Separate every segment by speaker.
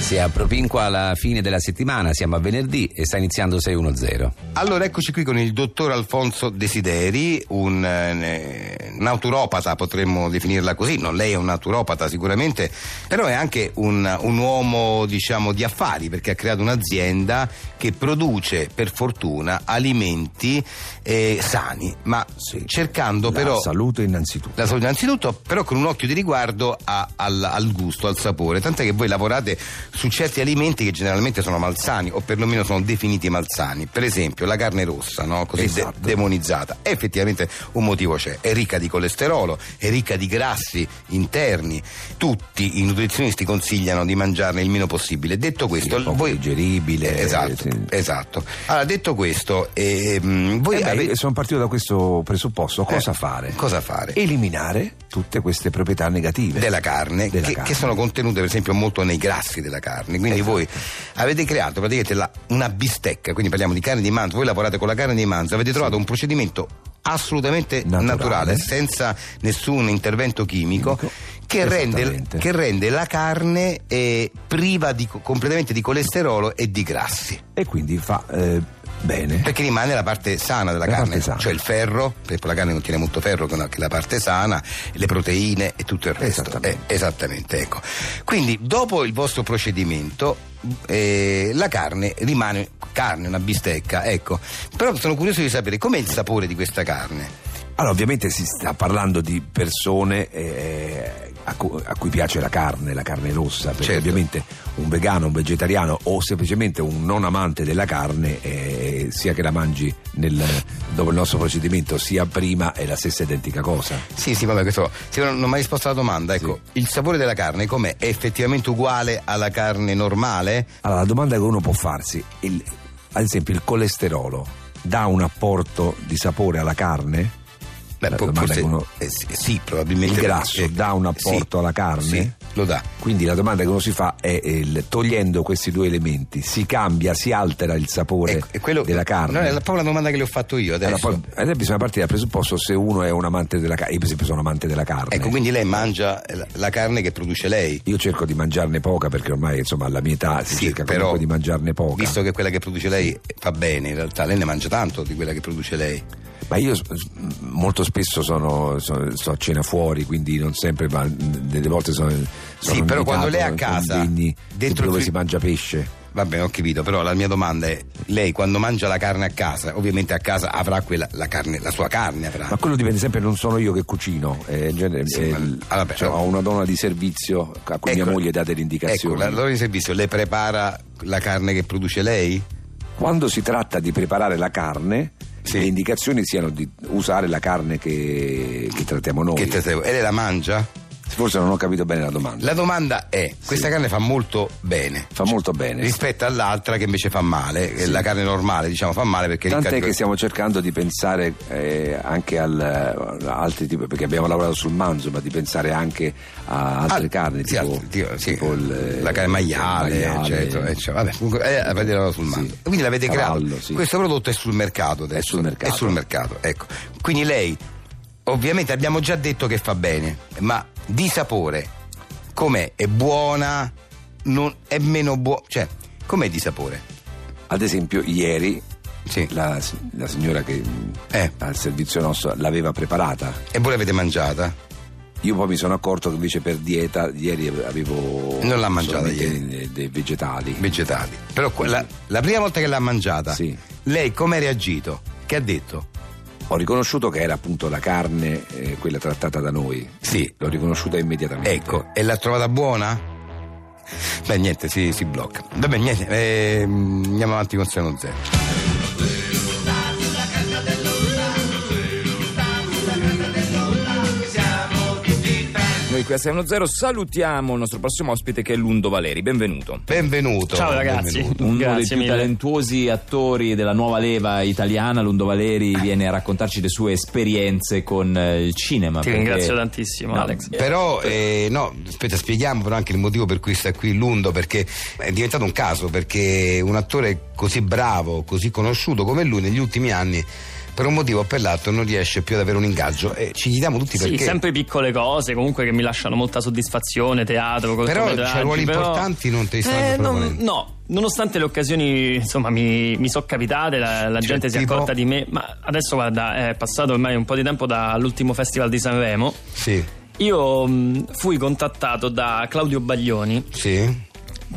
Speaker 1: Si apre Pinqua alla fine della settimana, siamo a venerdì e sta iniziando 6-1-0.
Speaker 2: Allora, eccoci qui con il dottor Alfonso Desideri, un eh, naturopata, potremmo definirla così. No, lei è un naturopata sicuramente, però è anche un, un uomo, diciamo, di affari, perché ha creato un'azienda che produce, per fortuna, alimenti eh, sani, ma
Speaker 3: Sì.
Speaker 2: cercando
Speaker 3: La
Speaker 2: però...
Speaker 3: salute innanzitutto.
Speaker 2: La salute innanzitutto, però con un occhio di riguardo a- al, al gusto, al sapore, tant'è che voi lavorate su certi alimenti che generalmente sono malsani o perlomeno sono definiti malsani, per esempio la carne rossa, no? così de-
Speaker 3: Esatto.
Speaker 2: demonizzata, E effettivamente un motivo c'è, è ricca di colesterolo, è ricca di grassi interni, tutti i nutrizionisti consigliano di mangiarne il meno possibile, detto questo,
Speaker 3: è poco
Speaker 2: voi...
Speaker 3: digeribile,
Speaker 2: Esatto,
Speaker 3: sì.
Speaker 2: esatto. Allora, detto questo, ehm, voi
Speaker 3: Eh beh,
Speaker 2: avete...
Speaker 3: Sono partito da questo presupposto. Cosa
Speaker 2: Eh,
Speaker 3: fare?
Speaker 2: cosa fare?
Speaker 3: Eliminare tutte queste proprietà negative
Speaker 2: della carne,
Speaker 3: Della
Speaker 2: che,
Speaker 3: carne.
Speaker 2: che sono contenute per esempio molto nei grassi della carne quindi voi
Speaker 3: Esatto.
Speaker 2: avete creato praticamente la- una bistecca quindi parliamo di carne di manzo voi lavorate con la carne di manzo avete trovato un procedimento assolutamente naturale,
Speaker 3: Naturale.
Speaker 2: senza nessun intervento chimico,
Speaker 3: Chimico,
Speaker 2: che, rende,
Speaker 3: esattamente.
Speaker 2: che rende la carne eh, priva di- completamente di colesterolo e di grassi
Speaker 3: e quindi fa eh, bene.
Speaker 2: perché rimane la parte sana della
Speaker 3: La
Speaker 2: carne
Speaker 3: parte sana.
Speaker 2: cioè il ferro perché la carne contiene molto ferro che è una- che è la parte sana le proteine e tutto il resto
Speaker 3: Esattamente.
Speaker 2: Eh, esattamente, ecco quindi dopo il vostro procedimento eh, la carne rimane carne una bistecca ecco però sono curioso di sapere com'è il sapore di questa carne
Speaker 3: Allora, ovviamente si sta parlando di persone eh, a, cu- a cui piace la carne, la carne rossa, perché
Speaker 2: Certo.
Speaker 3: ovviamente un vegano, un vegetariano o semplicemente un non amante della carne, eh, sia che la mangi nel- dopo il nostro procedimento, sia prima è la stessa identica cosa.
Speaker 2: sì sì vabbè questo sì, non non ho mai risposto alla domanda ecco il sapore della carne com'è è effettivamente uguale alla carne normale
Speaker 3: Allora, la domanda che uno può farsi, il- ad esempio il colesterolo dà un apporto di sapore alla carne? La
Speaker 2: po-
Speaker 3: domanda
Speaker 2: forse-
Speaker 3: che uno-
Speaker 2: eh, sì, sì, probabilmente
Speaker 3: Il grasso
Speaker 2: eh,
Speaker 3: dà un
Speaker 2: sì,
Speaker 3: apporto alla carne?
Speaker 2: sì, lo dà
Speaker 3: Quindi la domanda che uno si fa è eh, il- togliendo questi due elementi si cambia, si altera il sapore
Speaker 2: Ecco, e quello-
Speaker 3: della carne? Eh,
Speaker 2: No, è la- proprio la domanda che le ho fatto io adesso.
Speaker 3: Allora, poi, adesso bisogna partire dal presupposto se uno è un amante della carne, io per esempio sono amante della carne.
Speaker 2: ecco, quindi lei mangia la, la carne che produce lei.
Speaker 3: Io cerco di mangiarne poca perché ormai insomma alla mia età si cerca comunque di mangiarne poca.
Speaker 2: Visto che quella che produce lei fa bene, in realtà lei ne mangia tanto di quella che produce lei.
Speaker 3: Ma io s- s- molto spesso sono, so- sto a cena fuori, quindi non sempre, ma mh, delle volte sono. sono
Speaker 2: Sì, però
Speaker 3: invitato
Speaker 2: quando lei è a
Speaker 3: in
Speaker 2: casa,
Speaker 3: convegni
Speaker 2: dentro il
Speaker 3: dove
Speaker 2: fri-
Speaker 3: si mangia pesce.
Speaker 2: Va bene, ho capito, però la mia domanda è: lei quando mangia la carne a casa, ovviamente a casa avrà quella, la, carne, la sua carne avrà.
Speaker 3: Ma quello dipende sempre, non sono io che cucino, eh, in genere,
Speaker 2: Sì,
Speaker 3: eh,
Speaker 2: ma-
Speaker 3: l-
Speaker 2: ah, vabbè,
Speaker 3: cioè,
Speaker 2: allora-
Speaker 3: ho una donna di servizio a cui mia
Speaker 2: Ecco,
Speaker 3: moglie dà delle
Speaker 2: Ecco,
Speaker 3: indicazioni.
Speaker 2: la loro di servizio le prepara la carne che produce lei?
Speaker 3: Quando si tratta di preparare la carne,
Speaker 2: Sì.
Speaker 3: le indicazioni siano di usare la carne che, che trattiamo noi.
Speaker 2: Che te- te- e lei la mangia?
Speaker 3: Forse non ho capito bene la domanda.
Speaker 2: La domanda è: questa carne fa molto bene.
Speaker 3: Fa molto bene.
Speaker 2: rispetto all'altra che invece fa male, eh, la carne normale diciamo fa male perché
Speaker 3: Tant'è
Speaker 2: ricca di-
Speaker 3: che stiamo cercando di pensare eh, anche al, eh, a altri tipi, perché abbiamo lavorato sul manzo, ma di pensare anche a altre
Speaker 2: Ah,
Speaker 3: carne,
Speaker 2: sì,
Speaker 3: tipo,
Speaker 2: altri- tipo- sì,
Speaker 3: tipo il, eh,
Speaker 2: la carne maiale,
Speaker 3: il maiale,
Speaker 2: eccetera, eccetera. Vabbè, comunque, eh, avete lavorato sul
Speaker 3: Sì.
Speaker 2: manzo. Quindi l'avete
Speaker 3: Cavallo,
Speaker 2: creato.
Speaker 3: sì.
Speaker 2: Questo prodotto è sul mercato adesso.
Speaker 3: sul mercato.
Speaker 2: È sul mercato, ecco. Quindi lei, ovviamente abbiamo già detto che fa bene, ma di sapore com'è? È buona? Non- è meno buona? Cioè, com'è di sapore?
Speaker 3: Ad esempio, ieri
Speaker 2: Sì.
Speaker 3: la, la signora che mh,
Speaker 2: Eh.
Speaker 3: al servizio nostro l'aveva preparata.
Speaker 2: E voi l'avete mangiata?
Speaker 3: Io poi mi sono accorto che invece per dieta ieri avevo
Speaker 2: Non l'ha mangiata
Speaker 3: solamente
Speaker 2: ieri.
Speaker 3: dei- dei vegetali.
Speaker 2: vegetali. Però quella- la prima volta che l'ha mangiata,
Speaker 3: Sì.
Speaker 2: lei come ha reagito? Che ha detto?
Speaker 3: Ho riconosciuto che era appunto la carne, eh, quella trattata da noi.
Speaker 2: Sì.
Speaker 3: L'ho riconosciuta immediatamente.
Speaker 2: Ecco, e l'ha trovata buona? Beh, niente, si, si blocca. Vabbè, niente, ehm, andiamo avanti con 6 0
Speaker 4: Noi qui a 610 salutiamo il nostro prossimo ospite che è Lundo Valeri, benvenuto.
Speaker 2: Benvenuto.
Speaker 5: Ciao ragazzi.
Speaker 2: benvenuto.
Speaker 4: Uno
Speaker 5: Grazie
Speaker 4: dei più
Speaker 5: mille.
Speaker 4: talentuosi attori della nuova leva italiana, Lundo Valeri,
Speaker 5: Ah.
Speaker 4: viene a raccontarci le sue esperienze con eh, il cinema.
Speaker 5: Ti
Speaker 4: perché-
Speaker 5: ringrazio tantissimo, Alex.
Speaker 4: eh,
Speaker 2: Però, eh, no, aspetta, spieghiamo però anche il motivo per cui sta qui Lundo, perché è diventato un caso, perché un attore così bravo, così conosciuto come lui negli ultimi anni per un motivo o per l'altro non riesce più ad avere un ingaggio e ci chiediamo tutti
Speaker 5: Sì,
Speaker 2: perché.
Speaker 5: sempre piccole cose comunque che mi lasciano molta soddisfazione, teatro,
Speaker 2: Però
Speaker 5: cortometraggi,
Speaker 2: c'è ruoli
Speaker 5: però-
Speaker 2: importanti non te li stanno
Speaker 5: Eh, non-
Speaker 2: proponendo.
Speaker 5: no, nonostante le occasioni insomma mi, mi sono capitate, la, la
Speaker 2: Cioè,
Speaker 5: gente si è
Speaker 2: tipo?
Speaker 5: accorta di me, ma adesso guarda è passato ormai un po' di tempo dall'ultimo festival di Sanremo,
Speaker 2: Sì,
Speaker 5: io mh, fui contattato da Claudio Baglioni
Speaker 2: sì.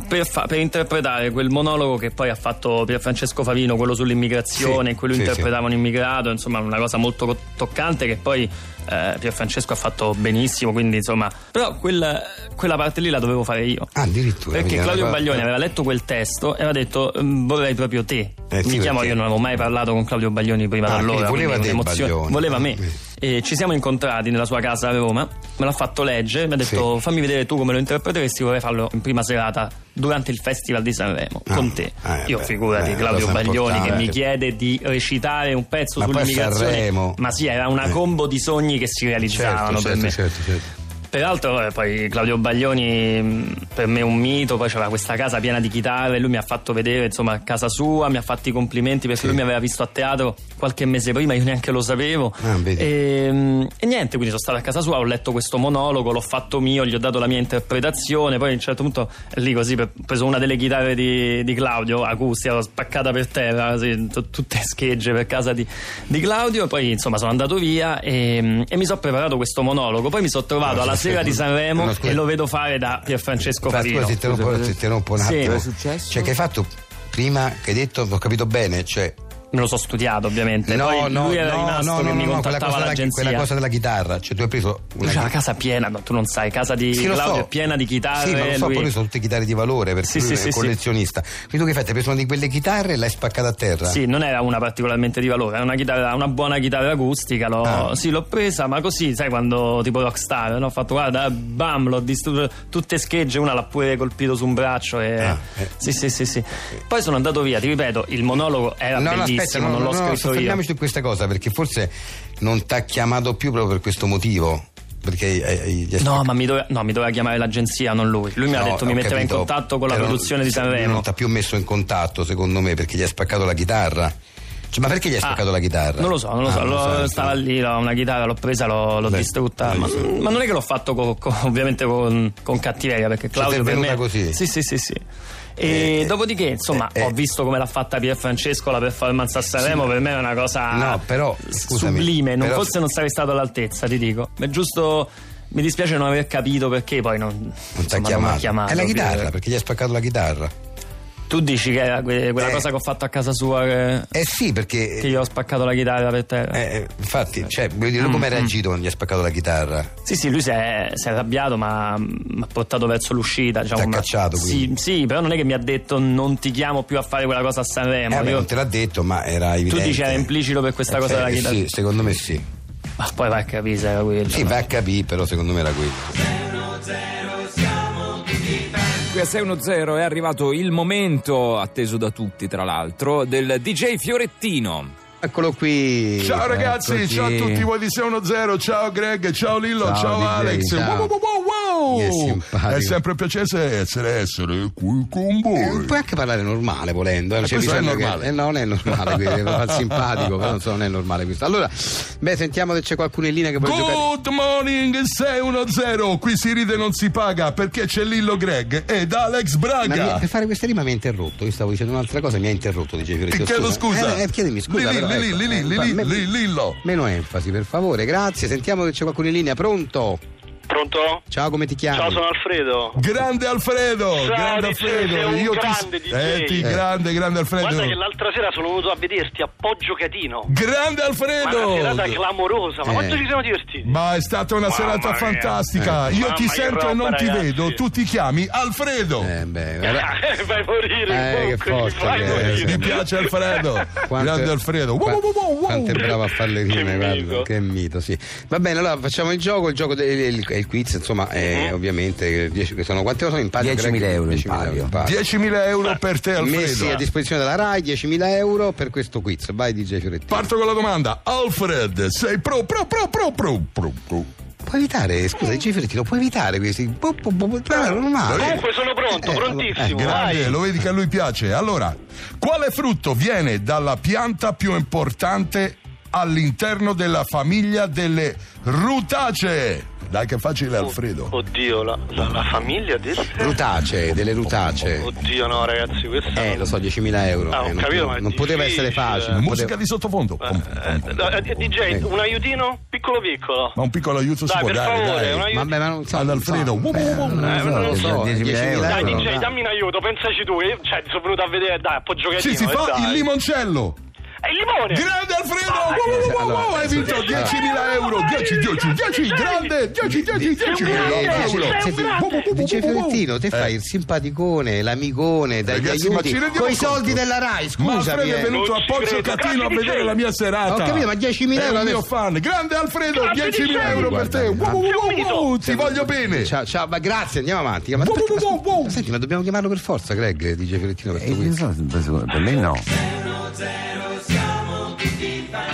Speaker 5: per, fa- per interpretare quel monologo che poi ha fatto Pier Francesco Favino, quello sull'immigrazione,
Speaker 2: Sì,
Speaker 5: in cui lui
Speaker 2: sì,
Speaker 5: interpretava un immigrato, insomma una cosa molto co- toccante che poi eh, Pier Francesco ha fatto benissimo, quindi insomma... Però quel- quella parte lì la dovevo fare io.
Speaker 2: Ah, addirittura. quindi è
Speaker 5: Perché
Speaker 2: una
Speaker 5: Claudio
Speaker 2: cosa-
Speaker 5: Baglioni aveva letto quel testo e aveva detto "Mm, vorrei proprio te.
Speaker 2: Eh sì,
Speaker 5: Mi chiamo,
Speaker 2: perché-
Speaker 5: io non avevo mai parlato con Claudio Baglioni prima
Speaker 2: Ah,
Speaker 5: da allora.
Speaker 2: quindi voleva
Speaker 5: quindi
Speaker 2: te,
Speaker 5: un'emozione-
Speaker 2: Baglioni.
Speaker 5: Voleva me.
Speaker 2: Ah, vedi.
Speaker 5: E ci siamo incontrati nella sua casa a Roma, me l'ha fatto leggere, mi ha detto fammi vedere tu come lo interpreteresti, vorrei farlo in prima serata durante il Festival di Sanremo
Speaker 2: Ah,
Speaker 5: con te.
Speaker 2: eh,
Speaker 5: io
Speaker 2: beh,
Speaker 5: figurati
Speaker 2: beh,
Speaker 5: Claudio
Speaker 2: cosa
Speaker 5: Baglioni che
Speaker 2: importante.
Speaker 5: mi chiede di recitare un pezzo
Speaker 2: Ma poi
Speaker 5: sull'immigrazione.
Speaker 2: Sanremo.
Speaker 5: Ma sì, era una
Speaker 2: Eh.
Speaker 5: combo di sogni che si realizzavano
Speaker 2: Certo,
Speaker 5: per me.
Speaker 2: certo, certo, certo.
Speaker 5: Peraltro eh, poi Claudio Baglioni mh, per me è un mito, poi c'era questa casa piena di chitarre, lui mi ha fatto vedere insomma casa sua, mi ha fatto i complimenti perché lui mi aveva visto a teatro qualche mese prima, io neanche lo sapevo.
Speaker 2: Ah, vedi.
Speaker 5: e, mh, e niente, quindi sono stato a casa sua, ho letto questo monologo, l'ho fatto mio, gli ho dato la mia interpretazione, poi a un certo punto lì così pe- ho preso una delle chitarre di, di Claudio, acustica, l'ho spaccata per terra, sì, t- tutte schegge per casa di, di Claudio, poi insomma sono andato via e, mh, e mi sono preparato questo monologo, poi mi sono trovato vado alla sera di Sanremo
Speaker 2: No, scusa.
Speaker 5: e lo vedo fare da Pier Francesco
Speaker 2: Fra-
Speaker 5: Favino.
Speaker 2: Scusa, ti interrompo, ti interrompo un
Speaker 5: Sì.
Speaker 2: attimo.
Speaker 5: Cosa è
Speaker 4: successo?
Speaker 2: Cioè, che hai fatto prima che hai detto, ho capito bene, cioè.
Speaker 5: Me lo so studiato ovviamente. Poi lui era rimasto che mi
Speaker 2: quella
Speaker 5: contattava
Speaker 2: cosa, della,
Speaker 5: l'agenzia.
Speaker 2: quella cosa della chitarra, cioè tu hai preso una
Speaker 5: C'è la
Speaker 2: chitarra.
Speaker 5: casa piena, no, tu non sai, casa di
Speaker 2: Sì, lo
Speaker 5: Claudio
Speaker 2: so.
Speaker 5: è piena di chitarre.
Speaker 2: Sì, ma lo so,
Speaker 5: lui-
Speaker 2: poi lui sono tutte chitarre di valore perché
Speaker 5: Sì,
Speaker 2: lui
Speaker 5: sì,
Speaker 2: è
Speaker 5: sì, sì.
Speaker 2: collezionista. Quindi tu che hai fatto? Hai preso una di quelle chitarre e l'hai spaccata a terra?
Speaker 5: Sì, non era una particolarmente di valore, era una, chitarra- una buona chitarra acustica. l'ho-
Speaker 2: Ah.
Speaker 5: Sì, l'ho presa, ma così, sai, quando tipo rockstar, no? ho fatto guarda, bam, l'ho distrutto tutte schegge, una l'ha pure colpito su un braccio. E...
Speaker 2: Ah, eh.
Speaker 5: Sì, sì, sì, sì. Poi sono andato via, ti ripeto, il monologo era
Speaker 2: No, no,
Speaker 5: bellissimo,
Speaker 2: aspetta, no,
Speaker 5: non
Speaker 2: no,
Speaker 5: l'ho
Speaker 2: no,
Speaker 5: scritto io.
Speaker 2: soffermiamoci su questa cosa perché forse non ti ha chiamato più proprio per questo motivo. Perché hai- hai- gli hai
Speaker 5: No, ma mi doveva, no, mi doveva chiamare l'agenzia, non lui. Lui mi ha
Speaker 2: No,
Speaker 5: detto mi
Speaker 2: ho
Speaker 5: metteva
Speaker 2: capito,
Speaker 5: in contatto con la
Speaker 2: però
Speaker 5: produzione di
Speaker 2: se-
Speaker 5: Sanremo.
Speaker 2: Non ti ha più messo in contatto, secondo me, perché gli ha spaccato la chitarra. Cioè, ma perché gli hai
Speaker 5: Ah,
Speaker 2: spaccato la chitarra?
Speaker 5: Non lo so, non lo
Speaker 2: Ah,
Speaker 5: so. l'ho-
Speaker 2: sai,
Speaker 5: stava
Speaker 2: sì.
Speaker 5: lì, l'ho- una chitarra, l'ho presa, l'ho, l'ho
Speaker 2: Lei-
Speaker 5: distrutta.
Speaker 2: lei-
Speaker 5: Ma, ma non è che l'ho fatto co- co- ovviamente con, con cattiveria, perché Claudio
Speaker 2: t'è
Speaker 5: per
Speaker 2: Cioè, venuta
Speaker 5: me.
Speaker 2: così?
Speaker 5: Sì, sì, sì, sì. E
Speaker 2: Eh,
Speaker 5: dopodiché, insomma,
Speaker 2: eh, eh.
Speaker 5: ho visto come l'ha fatta Pier Francesco la performance a Sanremo. Per me è una cosa
Speaker 2: No, però, scusami,
Speaker 5: sublime. Non-
Speaker 2: però-
Speaker 5: forse non sarei stato all'altezza, ti dico. Ma è giusto. Mi dispiace non aver capito perché poi non,
Speaker 2: Non ti
Speaker 5: insomma,
Speaker 2: ha
Speaker 5: non mi
Speaker 2: chiamato.
Speaker 5: ha chiamato. eh.
Speaker 2: È la
Speaker 5: Pier.
Speaker 2: chitarra, perché gli hai spaccato la chitarra.
Speaker 5: Tu dici che era que- quella
Speaker 2: Eh.
Speaker 5: cosa che ho fatto a casa sua che,
Speaker 2: Eh sì, perché.
Speaker 5: che gli ho spaccato la chitarra per terra?
Speaker 2: eh, infatti, cioè, voglio
Speaker 5: Mm,
Speaker 2: dire, lui come ha reagito quando gli ha spaccato la chitarra?
Speaker 5: Sì, sì, lui si è, si è arrabbiato, ma mi ha portato verso l'uscita. Diciamo,
Speaker 2: Ti ha
Speaker 5: ma-
Speaker 2: cacciato,
Speaker 5: Sì,
Speaker 2: quindi.
Speaker 5: sì, però non è che mi ha detto non ti chiamo più a fare quella cosa a
Speaker 2: Eh,
Speaker 5: Sanremo.
Speaker 2: vabbè,
Speaker 5: Io-
Speaker 2: non te l'ha detto, ma era
Speaker 5: tu
Speaker 2: evidente.
Speaker 5: dici era implicito per questa cosa
Speaker 2: Eh,
Speaker 5: della chitarra.
Speaker 2: Sì, secondo me sì.
Speaker 5: Ma poi vai a capire se era quello.
Speaker 2: Sì,
Speaker 5: no?
Speaker 2: va a capire, però secondo me era quello.
Speaker 4: Qui a 610 è arrivato il momento, atteso da tutti tra l'altro, del DJ Fiorettino.
Speaker 2: Eccolo qui.
Speaker 6: Ciao ragazzi,
Speaker 2: Eccoci.
Speaker 6: ciao a tutti voi di 610, ciao Greg, ciao Lillo,
Speaker 2: Ciao,
Speaker 6: ciao,
Speaker 2: DJ,
Speaker 6: Alex.
Speaker 2: ciao.
Speaker 6: Wow, wow, wow, wow.
Speaker 2: Che simpatico.
Speaker 6: È sempre un piacere essere, essere qui con
Speaker 2: Eh,
Speaker 6: voi.
Speaker 2: Puoi anche parlare normale volendo, eh,
Speaker 6: Ma
Speaker 2: mi
Speaker 6: questo è
Speaker 2: sembra
Speaker 6: normale?
Speaker 2: eh, no, non è normale, quindi devo far simpatico, però non so, non è normale questo. Allora, beh, sentiamo se c'è qualcuno in linea che vuole giocare.
Speaker 6: Good morning 610, qui si ride e non si paga perché c'è Lillo Greg ed Alex
Speaker 2: Ma mi-
Speaker 6: Braga.
Speaker 2: per fare questa rima mi ha interrotto, io stavo dicendo un'altra cosa, mi ha interrotto, dice
Speaker 6: Ti
Speaker 2: Fioretti.
Speaker 6: chiedo scusa.
Speaker 2: Eh, eh, chiedimi scusa.
Speaker 6: Lilli,
Speaker 2: però,
Speaker 6: Lilli,
Speaker 2: ecco,
Speaker 6: Lilli,
Speaker 2: eh,
Speaker 6: Lilli,
Speaker 2: va- me-
Speaker 6: Lilli, Lillo.
Speaker 2: Meno enfasi, per favore, grazie. Sentiamo se c'è qualcuno in linea. Pronto?
Speaker 7: Pronto?
Speaker 2: Ciao, come ti chiami?
Speaker 7: Ciao, sono Alfredo.
Speaker 6: Grande Alfredo,
Speaker 7: Ciao,
Speaker 6: grande
Speaker 7: DJ,
Speaker 6: Alfredo,
Speaker 7: sei un
Speaker 6: io
Speaker 7: grande
Speaker 6: ti
Speaker 7: DJ.
Speaker 6: eh, ti-
Speaker 7: Eh.
Speaker 6: grande, grande Alfredo.
Speaker 7: Guarda che l'altra sera sono venuto a vederti a Poggio Catino.
Speaker 6: Grande
Speaker 7: Ma una
Speaker 6: Alfredo!
Speaker 7: serata clamorosa, ma
Speaker 2: Eh.
Speaker 7: quanto ci siamo divertiti?
Speaker 6: Ma è stata una
Speaker 7: Mamma
Speaker 6: serata
Speaker 7: mia. Eh,
Speaker 6: fantastica. Io
Speaker 7: Mamma,
Speaker 6: ti
Speaker 7: che
Speaker 6: sento e
Speaker 7: roba,
Speaker 6: non ti
Speaker 7: ragazzi.
Speaker 6: vedo. Tu ti chiami Alfredo.
Speaker 2: Eh, beh, ora-
Speaker 7: Eh, vai a morire,
Speaker 2: Eh, che
Speaker 7: comunque,
Speaker 2: forza
Speaker 7: vai
Speaker 2: che
Speaker 7: a
Speaker 2: è,
Speaker 7: morire.
Speaker 2: eh, sì.
Speaker 6: Mi piace Alfredo.
Speaker 2: Quanto-
Speaker 6: Grande Alfredo. Wow,
Speaker 2: qua-
Speaker 6: wow, wow, wow.
Speaker 2: Quanto è bravo a fare le
Speaker 7: Che
Speaker 2: rime, guarda,
Speaker 7: mito.
Speaker 2: che mito, sì. Va bene, allora facciamo il gioco, il gioco del il- il quiz, insomma, è ovviamente eh, dieci- sono quante ore sono in palio?
Speaker 1: 10.000
Speaker 2: Greg?
Speaker 1: euro in
Speaker 2: 10.000
Speaker 1: palio.
Speaker 2: in palio.
Speaker 6: 10.000 euro per te,
Speaker 2: Messi a
Speaker 6: Alfredo.
Speaker 2: disposizione della RAI 10.000 euro per questo quiz. Vai DJ Fiorettino.
Speaker 6: Parto con la domanda. Alfred, sei pro, pro, pro, pro, pro, pro, pro.
Speaker 2: Puoi evitare, scusa, DJ Fiorettino, puoi evitare questi. boh, bu- bu- bu- bu- no, non male.
Speaker 7: Comunque sono pronto,
Speaker 2: Eh,
Speaker 7: prontissimo.
Speaker 2: eh,
Speaker 7: vai.
Speaker 6: Grande, lo vedi che a lui piace. Allora, quale frutto viene dalla pianta più importante all'interno della famiglia delle rutacee. Dai che facile
Speaker 7: Oh,
Speaker 6: Alfredo.
Speaker 7: Oddio, la, la- la famiglia del...
Speaker 2: Rutacee, delle rutacee.
Speaker 7: Oddio no ragazzi, questo...
Speaker 2: Eh, lo so, 10.000 euro.
Speaker 7: Ah, ho
Speaker 2: Eh, non,
Speaker 7: capito, ma è
Speaker 2: non poteva
Speaker 7: difficile.
Speaker 2: essere facile. non
Speaker 6: Musica
Speaker 2: poteva-
Speaker 6: di sottofondo.
Speaker 7: Eh, eh, eh, DJ, un aiutino? Piccolo piccolo.
Speaker 6: Ma un piccolo aiuto si
Speaker 7: Dai,
Speaker 6: può
Speaker 7: per
Speaker 6: dare,
Speaker 7: favore,
Speaker 6: dai.
Speaker 7: un aiuto.
Speaker 2: Vabbè, ma non so.
Speaker 6: Ad Alfredo.
Speaker 2: non so.
Speaker 6: Wuh, wuh, wuh.
Speaker 7: Eh, non lo so.
Speaker 2: 10.000
Speaker 1: 10.000
Speaker 7: Dai,
Speaker 2: euro.
Speaker 7: DJ, dammi un aiuto, pensaci tu. Io, cioè, sono venuto a vedere, dai, un po' giochettino.
Speaker 6: Ci si
Speaker 7: eh,
Speaker 6: fa
Speaker 7: dai.
Speaker 6: il limoncello.
Speaker 7: E il limone!
Speaker 6: Grande Alfredo! Wow, wow, wow, wow, hai vinto 10.000 euro! 10, 10, 10, grande! 10, 10, 10 euro! Boh,
Speaker 7: Sei un grande!
Speaker 2: Dice Fiorentino, te fai il simpaticone, l'amicone, dai gli
Speaker 6: Eh. Ragazzi, ma ci
Speaker 2: aiuti,
Speaker 6: rendiamo
Speaker 2: con i
Speaker 6: conto?
Speaker 2: soldi della Rai,
Speaker 6: Ma
Speaker 2: scusami.
Speaker 6: Alfredo è
Speaker 2: eh.
Speaker 6: venuto
Speaker 7: Non
Speaker 6: a
Speaker 7: ci
Speaker 6: Poggio
Speaker 7: credo.
Speaker 6: Catino a
Speaker 7: Grazie,
Speaker 6: vedere
Speaker 7: DJ.
Speaker 6: la mia serata.
Speaker 2: Ho capito, ma 10.000
Speaker 6: È
Speaker 2: euro
Speaker 6: un
Speaker 2: adesso-
Speaker 6: mio fan. Grande Alfredo,
Speaker 7: Grazie,
Speaker 6: 10.000
Speaker 7: DJ.
Speaker 6: euro per te. Wow, wow, wow, wow,
Speaker 7: Finito.
Speaker 6: ti voglio bene.
Speaker 2: Ciao, ciao, ma grazie, andiamo avanti. Ma,
Speaker 6: Wow,
Speaker 2: aspetta,
Speaker 6: wow,
Speaker 2: aspetta,
Speaker 6: wow, wow.
Speaker 2: ma senti, ma dobbiamo chiamarlo per forza, Greg, dice Fiorentino, per
Speaker 3: Eh,
Speaker 2: questo
Speaker 3: non so, per me no.